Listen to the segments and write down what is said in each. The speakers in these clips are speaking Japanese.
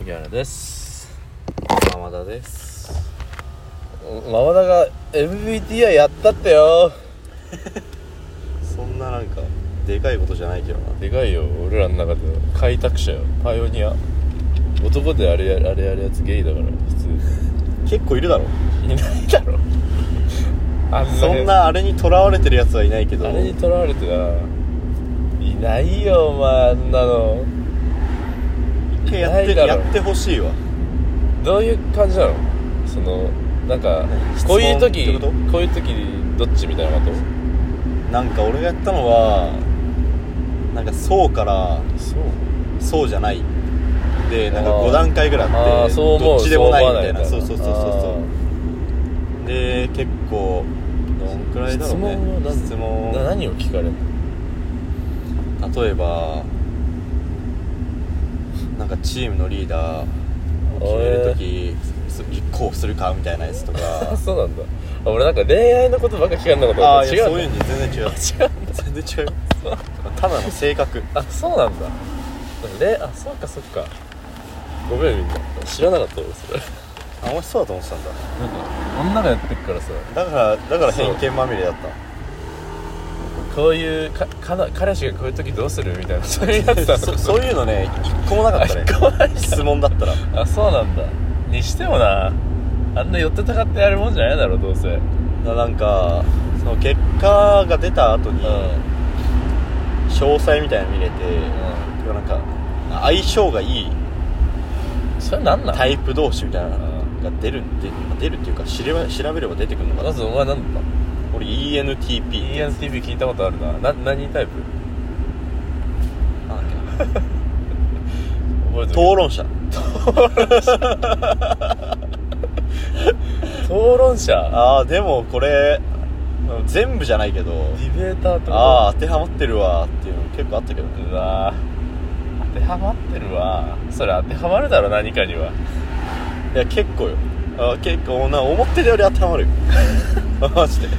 麦原です山田です山田が MBTI やったってよそんななんかでかいことじゃないけどなでかいよ俺らの中では開拓者よパイオニア男であれやあれやるやつゲイだから普通結構いるだろ いないだろあんそんなあれにとらわれてるやつはいないけどあれにとらわれてないないよお前あんなの一回やっいてないだやろってほしいわどういう感じなのそのなんか何こういう質問時ってここういう時どっちみたいなことなんか俺がやったのはなんかそうからそうそうじゃないでなんかあー5段階ぐらいああっあてそう思どうっちでもないみたいなそそうう思そうわそうないみたいなそうあそうで結構どんくらいだろ質うね問は何質問な何を聞かれるの例えばなんかチームのリーダーを決める時立候補するかみたいなやつとかあそうなんだあ俺なんか恋愛のことばっか聞かんなこと ああ違いうやんそうだいうんじゃ全 あ違 然違ううんだ全然違う ただの性格あそうなんだであそうかそうかごめんみんな知らなかった俺それあ面白そうだと思ってたんだなんか 女がやってっからさだからだから偏見まみれだったこういうかかな彼氏がこういう時どうするみたいなそういうやつだそそういうのね一個もなかっ たねあ一個もないんだ質問だ ったらあそうなんだにしてもなあんな寄ってたかってやるもんじゃないだろどうせうんななんかその結果が出た後に詳細みたいなの見れて、でもなんか相性がいいそれなんなんタイプ同士みたいなあのが出るで出るっていうか知れば調べれば出てくるのかまなずお前なんだ俺 ENTP ENTP 聞いたことあるなな何タイプなんだっ覚えてるけな討論者討論者ああでもこれ全部じゃないけどディベーターってことああ当てはまってるわっていうの結構あったけどねうわー当てはまってるわそれ当てはまるだろ何かにはいや結構よあー結構な思ってるより当ては まるよマジで考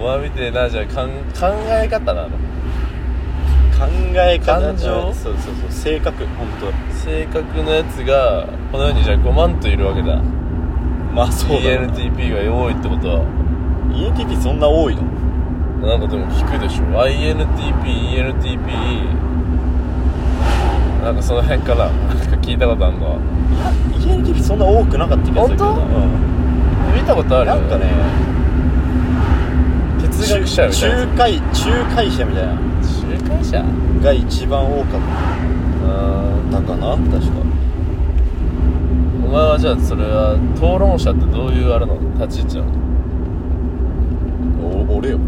お前みてえなじゃあかん考え方なのえ方感情そうそうそう性格本当性格のやつがこの世にじゃあ5万といるわけだまあそうだ ENTP が多いってことは ENTP そんな多いのなんかでも聞くでしょ INTPENTP なんかその辺かななんか聞いたことあんの ENTP そんな多くなかった気がするけどな本当うん見たことあるなんかね哲学者みたいな仲介仲介者みたいなの仲介者が一番多かっあたかな確かーお前はじゃあそれは討論者ってどういうあれなの立ち位置なのお俺よ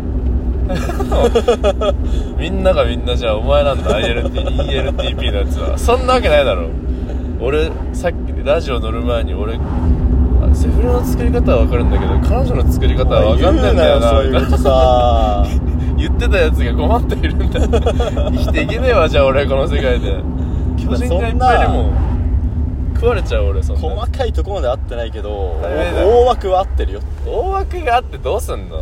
みんながみんなじゃあお前なんだ ILTELTP のやつはそんなわけないだろ俺さっきラジオ乗る前に俺あセフレの作り方は分かるんだけど彼女の作り方は分かんないんだよなそういうこ とさ言ってたやつが困っているんだ生きていけねえわじゃあ俺この世界で巨人がいっぱいいるもん食われちゃう俺そんなや細かいとこまで合ってないけどダメだ大枠は合ってるよつ大枠があってどうすんの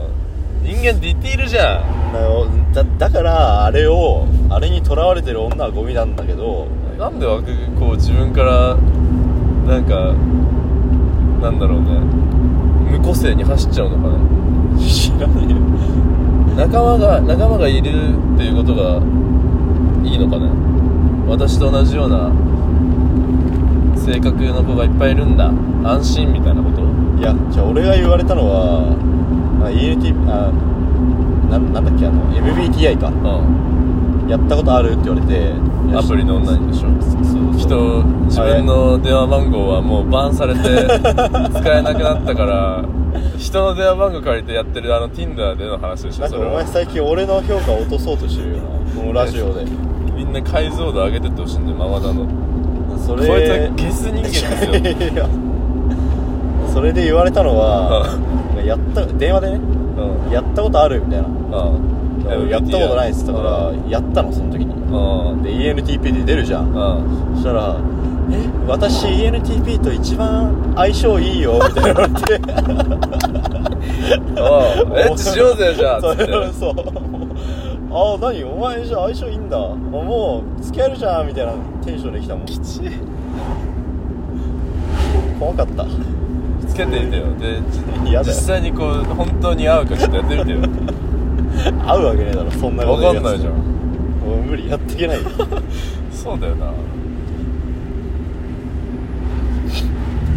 人間ディティールじゃんだよだだからあれをあれにとらわれてる女はゴミなんだけどなんで枠こう自分からなんかなんだろうね無個性に走っちゃうのかね知らないよ仲間が仲間がいるっていうことがいいのかね私と同じような性格の子がいっぱいいるんだ安心みたいなこといやじゃあ俺が言われたのは ENT あななんだっけあの MBTI かうんやったことあるって言われていやアプリの女にでしょそうそう人自分の電話番号はもうバンされ て使えなくなったから人の電話番号借りてやってるあの Tinder での話でしなょんそかれお前は最近俺の評価を落とそうとしてるよなこのラジオでみんな解像度上げてってほしいんだよママだのそこいつはゲス人間ですよ いやそれで言われたのは やった電話でねうんやったことあるみたいなうんやったことないっつったかうらんやったのその時にうんで ENTP で出るじゃんうんそしたら「え私 ENTP と一番相性いいよ」みたいなの言われておうエッチしようぜじゃ あつそっれてはそうああ何お前じゃあ相性いいんだもう付き合えるじゃんみたいなテンションできたもんきちい怖かったつけてみてよでじ嫌だ実よ際にこう本当に合うかちょっとやってみてよ合うわけねえだろそんなことわかんないじゃんんもう無理やっていけない よそうだよな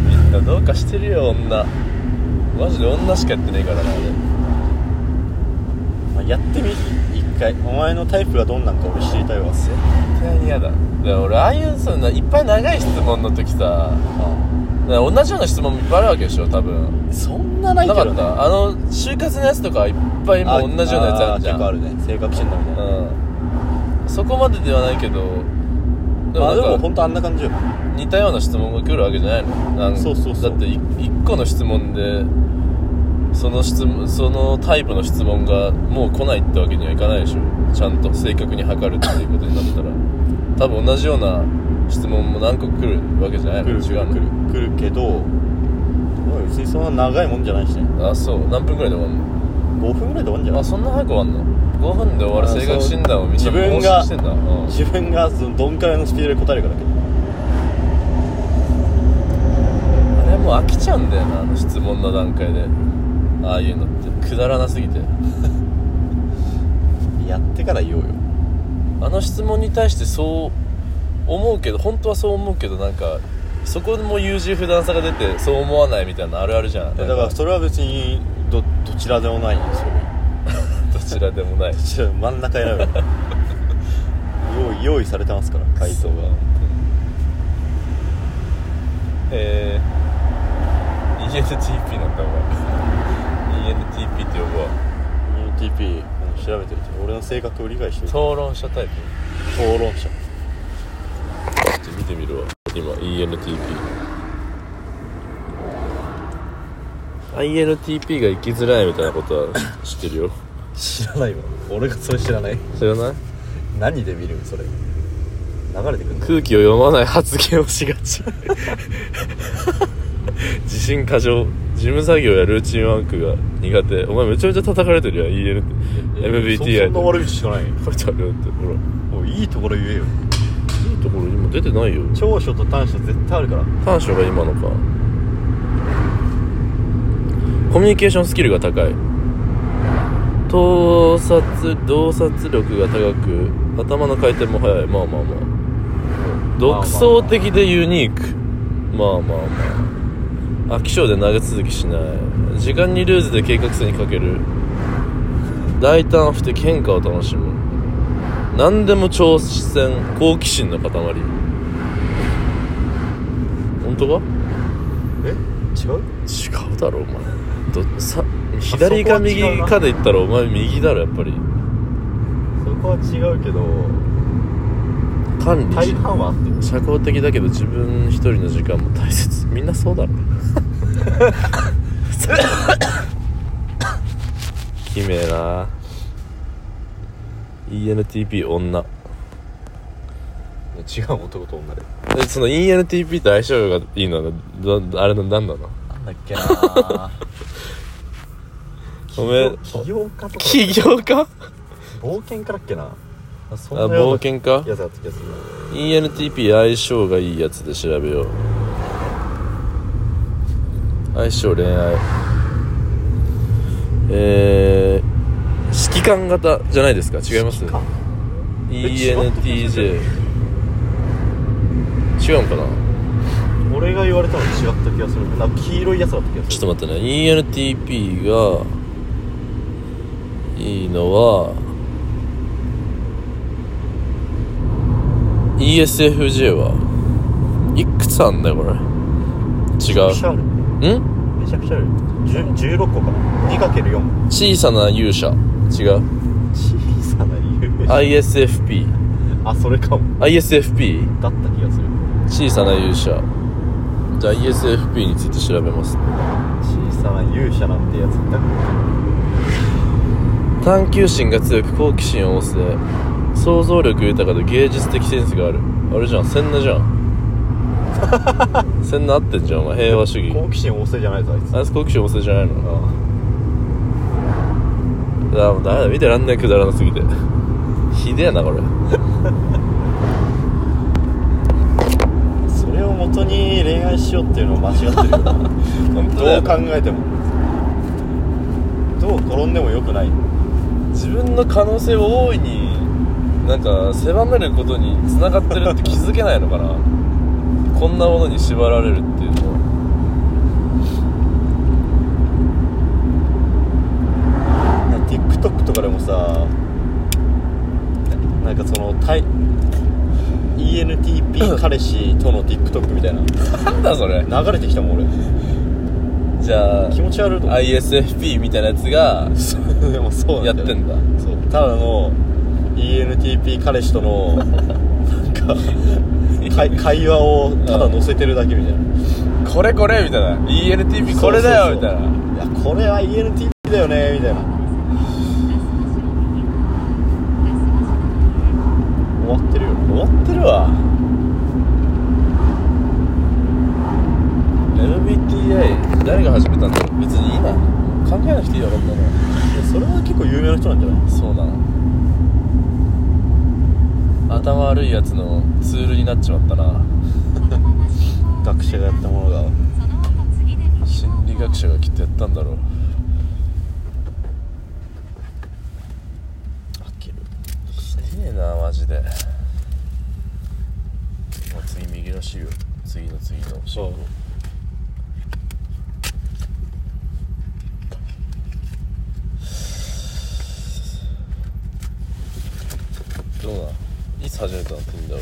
みんなどうかしてるよ女マジで女しかやってねえからな俺まあやってみ一回お前のタイプがどんなんか俺知りたいわ絶対に嫌だだから俺ああいうそんないっぱい長い質問の時さだから同じような質問もいっぱいあるわけでしょ多分そんなないけなかど、っね、たあの就活のやつとかいっぱいもう同じようなやつあるじゃん結構あるね性格診断みたいな、うんそこまでではないけどでまあでなもんか本当あんな感じよ似たような質問が来るわけじゃないのなんかそうそうそだうってい一個の質問でその質問そのタイプの質問がもう来ないってわけにはいかないでしょちゃんと正確に測るっていうことになったら多分同じような質問も何個来るわけじゃないの来る違うの来る来るけどおい別にそんな長いもんじゃないしねあそう何分くらいで終わんの5分ぐらいで終わんじゃあんそんな早く終わんの5分で終わるあそう性格診断をみんな自分更が新してんだうん自分がそのどんくらいのスピードで答えるかだけあれもう飽きちゃうんだよなあの質問の段階でああいうのってくだらなすぎてやってから言おうよあの質問に対してそう思うけど本当はそう思うけどなんかそこも優柔不断さが出てそう思わないみたいなのあるあるじゃんだからどそれは別にどどちらでもないよそれちらでもないどちらでも真ん中選 ぶ用意用意されてますから回答がえー、ENTP なんだお前 ENTP って呼ぶわ UTP 調べてると俺の性格を理解してる討論者タイプ討論者ちょっと見てみるわ今 ENTP INTP が生きづらいみたいなことは知ってるよ 知らないわ俺がそれ知らない知らない何で見るそれ流れてくるの空気を読まない発言をしがち 自信過剰事務作業やルーチンワークが苦手お前めちゃめちゃ叩かれてるやん ENT MBTI そんな悪口しかないよ書いてあるよってほらおいいいところ言えよいいところ今出てないよ長所と短所絶対あるから短所が今のかコミュニケーションスキルが高い盗撮洞察力が高く頭の回転も速いまあまあまあ独創的でユニークまあまあまあ飽き性で長続きしない時間にルーズで計画性に欠ける大胆不敵変化を楽しむ何でも挑戦好奇心の塊本当かえ違う違うだろお前どさ左か右かで言ったらお前右だろやっぱりそこは違うけど管理大し半は合ってる社交的だけど自分一人の時間も大切みんなそうだろきめえな ENTP 女違う男と女でえその ENTP と相性がいいのはどあれの何なのなんだっけなおめえ起業家とか起業家冒険家だっけなあそあよう冒険家やつだった気がするな ENTP 相性がいいやつで調べよう相性恋愛えー、指揮官型じゃないですか違います指揮官 ENTJ 違うのかな俺が言われたの違った気がするなんか黄色いやつだった気がするちょっと待ってね ENTP がいいのは ESFJ はいくつあんだよこれ違めちゃくちゃあるうんめちゃくちゃあるじゅ16個かな 2×4 小さな勇者違う小さな夢 ISFP あそれかも ISFP だった気がする小さな勇者じゃあ ISFP について調べます小さな勇者なんてやついた探求心が強く好奇心旺盛想像力豊かで芸術的センスがあるあれじゃん千奈じゃん千奈合ってんじゃんお前平和主義好奇心旺盛じゃないぞあいつあいつ好奇心旺盛じゃないのあああもうダメだ見てらんないくだらなすぎてひでえなこれそれを求当に恋愛しようっていうのを間違 ってるよ本当だどよう考えてもどう転んでもよくない自分の可能性を大いになんか狭めることにつながってるって気づけないのかなこんなものに縛られるっていうのはな TikTok とかでもさななんかその対 ENTP 彼氏との TikTok みたいなんだそれな流れてきたもん俺じゃあ気持ち悪いと思う ISFP みたいなやつがでもそうやなっだよてんだそうただの ENTP 彼氏とのなんか会会話をただ載せてるだけみたいなこれこれみたいな ENTP これだよみたいなな「いやこれは ENTP だよね」みたいな終わってるよ終わってるわ MBTI 誰が始めたんだろう別にいいな関係なくていいよこんなのいやそれは結構有名な人なんじゃないそうだな頭悪いやつのツールになっちまったな学者がやったものが心理学者がきっとやったんだろう開けるひでえなマジでもう次右の資料次の次の資そ料うどうないつ始めたの Tinder は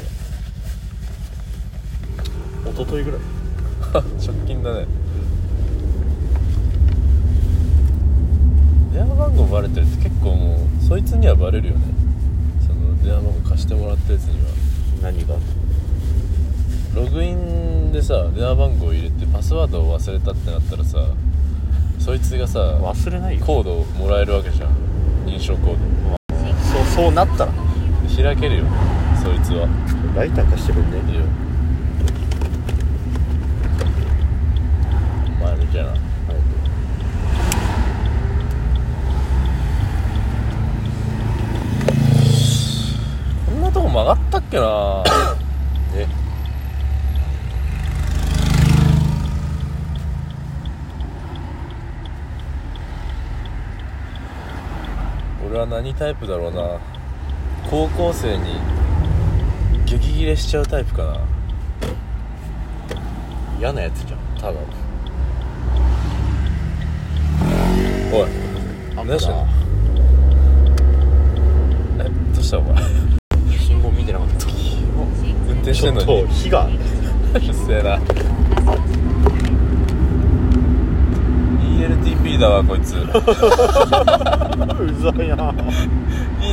一昨日ぐらい 直近だね電話番号バレてるって結構もうそいつにはバレるよねその電話番号貸してもらったやつには何がログインでさ電話番号を入れてパスワードを忘れたってなったらさそいつがさ忘れないよコードをもらえるわけじゃん認証コーそうそうなったらドで開けるよそいつはライター貸してくんいいねよお前みたいなこんなとこ曲がったっけなね俺は何タイプだろうな高校生に激ギレしちゃうタイプかな嫌なやつじゃんただのおいあ何してんのえどうしたお前信号見てなかった運転しちてょんっのにと火がうるせえな ELTP だわこいつうざいな い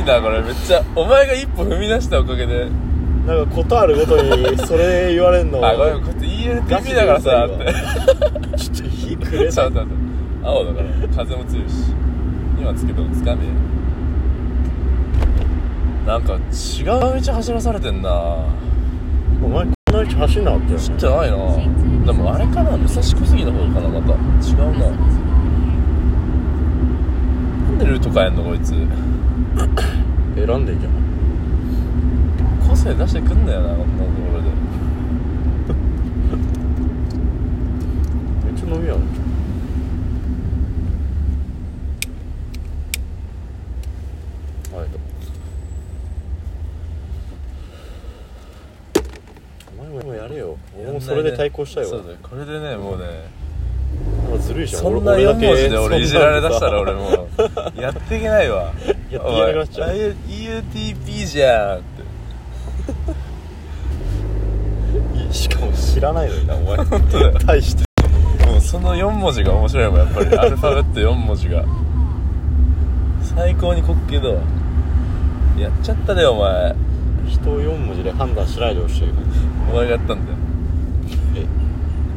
いなこれめっちゃお前が一歩踏み出したおかげでなんかことあるごとにそれ言われんのあごめんこいつ ELTP だからさってちょっと火くちょれっとた待って青だから風も強いし今つけてもつかねえなんか違う道走らされてんなお前こんな道走んなかったよ切ってないなでもあれかな武蔵小杉の方かなまた違うななんでルート変えんのこいつ選んでんじゃん個性出してくんだよなこんなところでめっちゃ飲み屋あるじゃんはいどうもお前もやれよ俺もそれで対抗したいわそうだよこれでねもうねなんかずるいじゃんそんな4文字で俺いじられだしだけたら俺もうやっていけないわ やっていけなくなっちゃうお前 UTP じゃんってしかも知らないのになお前当だよ大してもうその4文字が面白いもんやっぱりアルファベット4文字が最高に滑稽だわやっちゃったでお前人を4文字で判断しないでほしいよお前がやったんだよ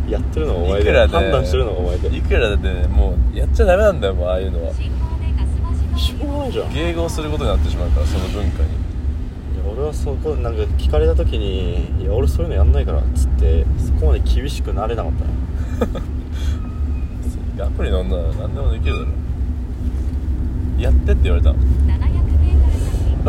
やってるのがお前いくでらで判断してるのがお前でいくらだってねもうやっちゃダメなんだよもうああいうのはしょうがないじゃんいや迎合することになってしまうからその文化に俺はそこなんか聞かれた時に「いや俺そういうのやんないから」っつってそこまで厳しくなれなかったねアプリの女なら何でもできるだろやってって言われたの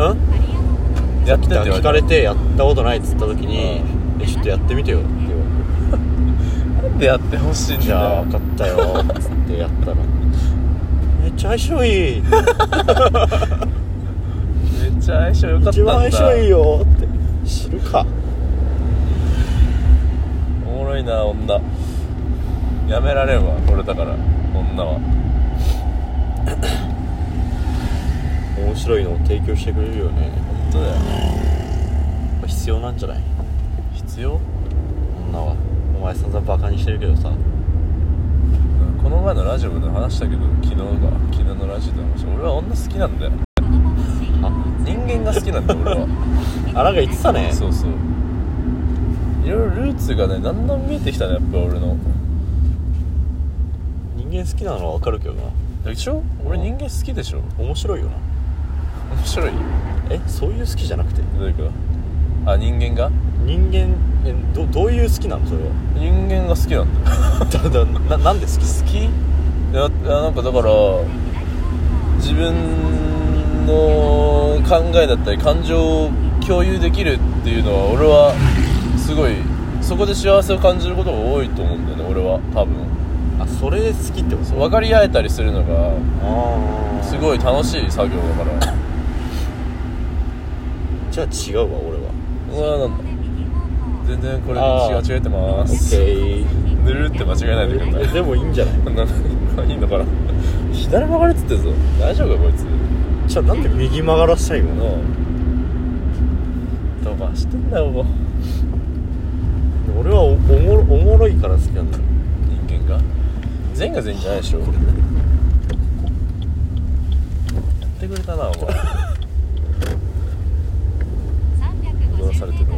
うんやってって言われた聞かれてやったことないっつった時に「えちょっとやってみてよ」って言われてでやってほしいんだじよゃあ分かったよつって やったらめっちゃ相性いいめっちゃ相性良かった一んだ番相性いいよって知るかおもろいな女やめられんわこれだから女は面白いのを提供してくれるよね本当だよやっぱ必要なんじゃない必要女はお前さんざバカにしてるけどさこの前のラジオで話したけど昨日が昨日のラジオで話した俺は女好きなんだよあ人間が好きなんだよ俺はあなんか言ってたねそうそういろいろルーツがねだんだん見えてきたねやっぱ俺の人間好きなのは分かるけどなでしょ俺人間好きでしょ面白いよな面白いえそういう好きじゃなくてどういうことあ人間が人間えどどういう好きなのそれは 人間が好きなんだよだだななんで好き好きいやいやなんかだから自分の考えだったり感情を共有できるっていうのは俺はすごいそこで幸せを感じることが多いと思うんだよね俺は多分あそれで好きってこそう分かり合えたりするのがああすごい楽しい作業だから じゃあ違うわ俺はうわなんだ全然これあー違う違えてまオーッすケーぬるって間違えないでくださいえでもいいんじゃない なんいいのかな左曲がれっつってんぞ大丈夫かこいつじゃあなんで右曲がらしたいものの飛ばしてんだよここ俺はおおもろおもろいから好きなんだよ人間が全員が全員じゃないでしょやってくれたなお前どうされてるの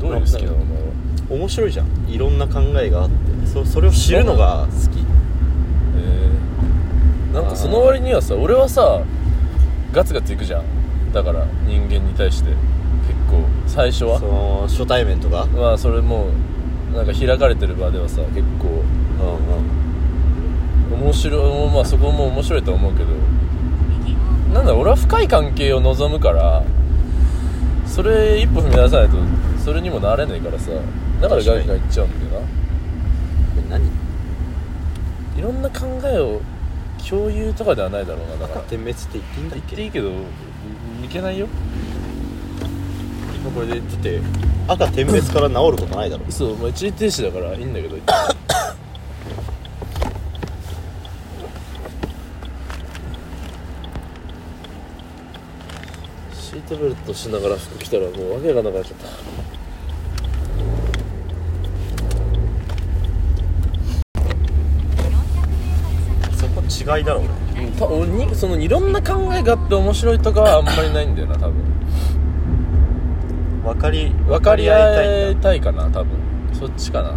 どういう好きなのお前は面白いじゃんいろんな考えがあってそそれを知るのが好きえー、なんかその割にはさ俺はさガツガツいくじゃんだから人間に対して結構最初はその初対面とかまあそれもなんか開かれてる場ではさ結構うん面白いまあそこも面白いとは思うけどなんだ俺は深い関係を望むからそれ一歩踏み出さないとそれにもなれないからさだからガンガンいっちゃうんだようん何ないろんな考えを共有とかではないだろうなだか赤ら点滅って言っていいんだっ言っけていいけどいけないよもうこれでだって赤点滅から治ることないだろそうまあ一時停止だからいいんだけどシートベルトしながら服着たらもう訳がなくなっちゃったそこ違いだろ俺うんたおにそのいろんな考えがあって面白いとかはあんまりないんだよな多分分かり分かり合い合たいいんたいかな多分そっちかな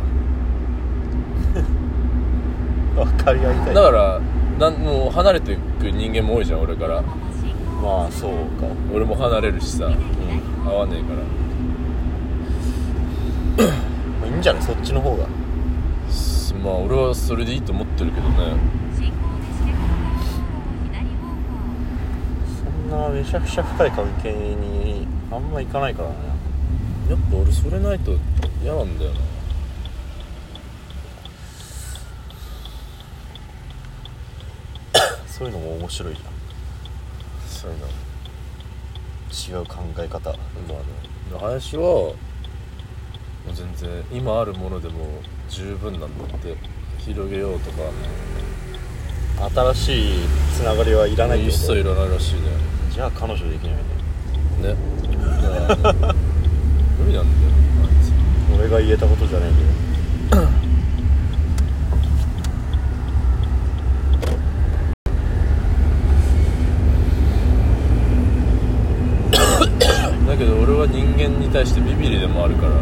だ分かり合いたいだからなんもう離れていく人間も多いじゃん俺からまあそうか俺も離れるしさうん合わねえからまあいいんじゃないそっちの方がすまあ俺はそれでいいと思ってるけどねそんなめちゃくちゃ深い関係にあんま行かないからねやっぱ俺それないと嫌なんだよなそういうのも面白いじそういうのゃん違う考え方まあね林はもう全然今あるものでも十分なんだって広げようとか新しいつながりはいらない一切いどらないらしいねじゃあ彼女できないねねだからね無理なんだよあいつ俺が言えたことじゃないけどだけど俺は人間に対してビビりでもあるから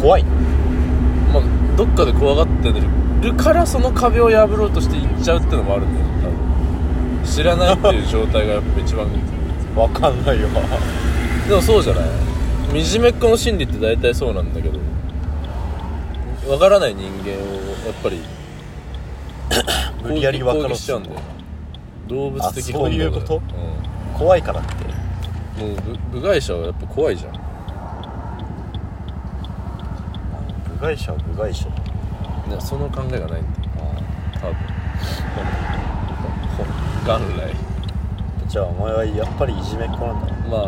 怖いまあどっかで怖がってるからその壁を破ろうとして行っちゃうってのもあるんだよ多分知らないっていう状態がやっぱ一番わか んないよでもそうじゃない惨めっ子の心理って大体そうなんだけどわからない人間をやっぱり無理やり分攻かろ撃うしちゃうんだよな動物的あそういう本能だよ怖いからってうん、もう部部外者はやっぱ怖いじゃん部外者は部外者いやその考えがないんだよ多分元来じゃあお前はやっぱりいじめっ子なんだまあ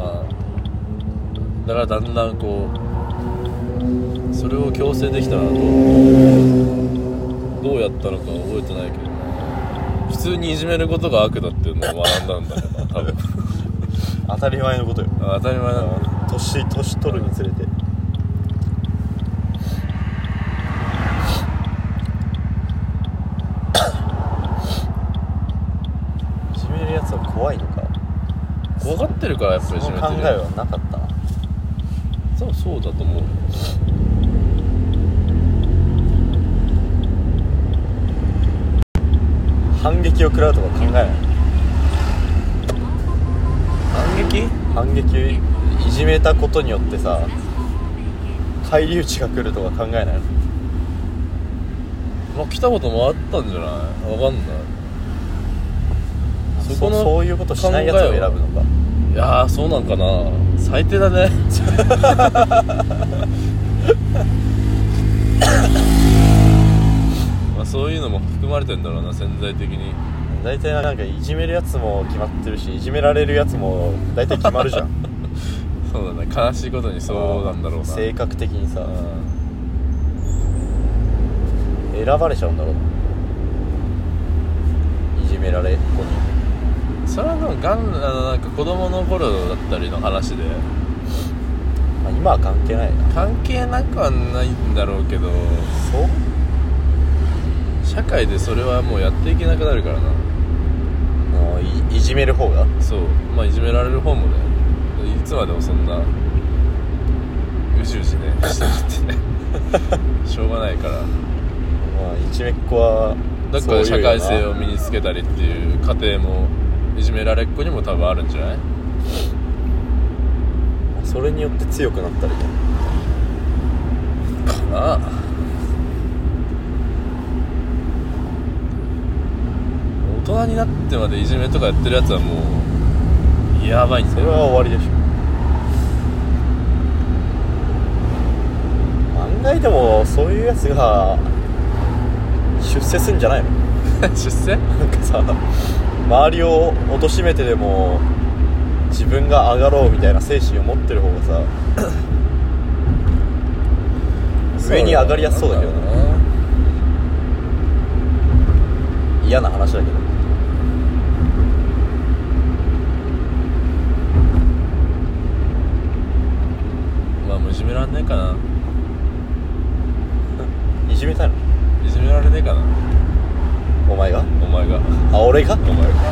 だからだんだんこうそれを強制できたのはどうどうやったのか覚えてないけど普通にいじめることが悪だっていうのを学んだんだよな 多分当たり前のことよ当たり前なんだ年年取るにつれていじめるやつは怖いのか怖がってるからやっぱそりいのじ考めえてるはなかったな多分そうだと思う反撃を食らうとか考えない反撃反撃いじめたことによってさ返り討ちが来るとか考えないのまあ来たこともあったんじゃないわかんないそそこのそういうことしないやつを選ぶのかいやーそうなんかな最低だねまあそういうのも含まれてんだろうな潜在的に大体なんかいじめるやつも決まってるしいじめられるやつも大体決まるじゃんそうだね悲しいことに そうなんだろうな性格的にさうん選ばれちゃうんだろうないじめられっ子にそれはでもがんあのなんか子供の頃だったりの話でまあ、今は関係ないな関係なくはないんだろうけどそう社会でそれはもうやっていけなくなるからなもういいじめる方がそうまあいじめられる方もねいつまでもそんなうじうじね してるってね しょうがないからまあいじめっ子はだそかういら社うよな会性を身につけたりっていう過程もいじめられっ子にも多分あるんじゃないそれによって強くなったりねああ大人になってまでいじめとかやってるやつはもうやばいんそだれよは終わりでしょ案外でもそういうやつが出世すんじゃないの 出世なんかさ周りを貶めてでも自分が上がろうみたいな精神を持ってる方が さ上に上がりやすそうだけどなな嫌な話だけどまあもういじめらんねえかないじめたいのいじめられねえかなお前がお前があ俺がお前が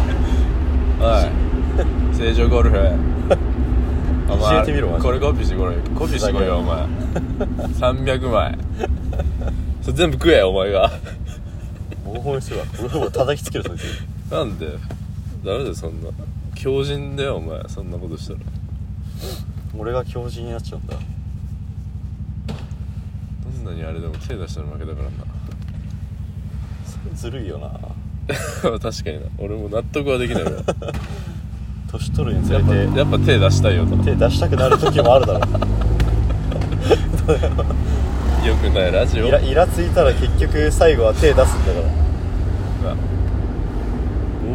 おい正常ゴルフ おいじめてみろお前これコピーしてこれコピーしてこいよお前300枚 それ全部食えお前が暴行にするわ俺を叩きつけるそいつ なんでダメだよそんな強靭だよお前そんなことしたら俺が強靭になっちゃうんだどんなにあれでも手出したら負けだからそれずるいよなな 確かにな俺も納得はでき ないわ年取るにつやれっぱてやっぱ手出したいよと手出したくなる時もあるだろうよくないラジオイライラついたら結局最後は手出すんだからまあ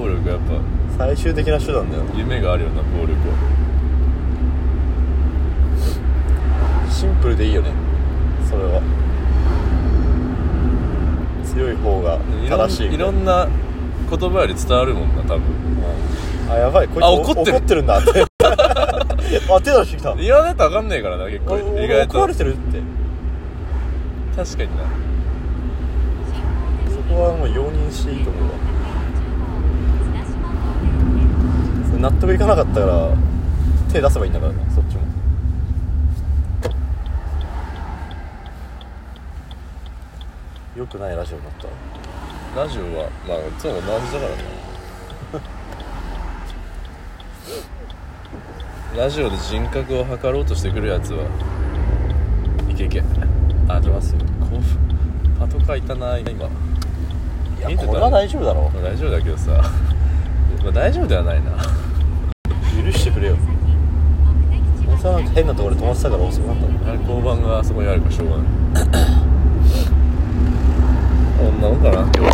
暴力やっぱ最終的な手段だよ夢があるよな暴力はシンプルでいいよねそれは強い方がいろん正しいいろんな言葉より伝わるもんな多分うんあやばいこいつあ怒ってる怒ってるんだって あ手出してきた言わないと分かんないからな結お構お意外怒られとてるって確かになそこはもう容認していいと思うわそれ納得いかなかったから手出せばいいんだからなそっちもよくないラジオになったわラジオはまあいつも同じだか らなラジオで人格を測ろうとしてくるやつはいけいけあでもますよこうパトカーいたな今いや見てたこれは大丈夫だろまあ大丈夫だけどさ まあ大丈夫ではないな許してくれよ俺さなんか変なところで止まってたから遅くなったんだあれ交番があそこにあるからしょうがないかな今日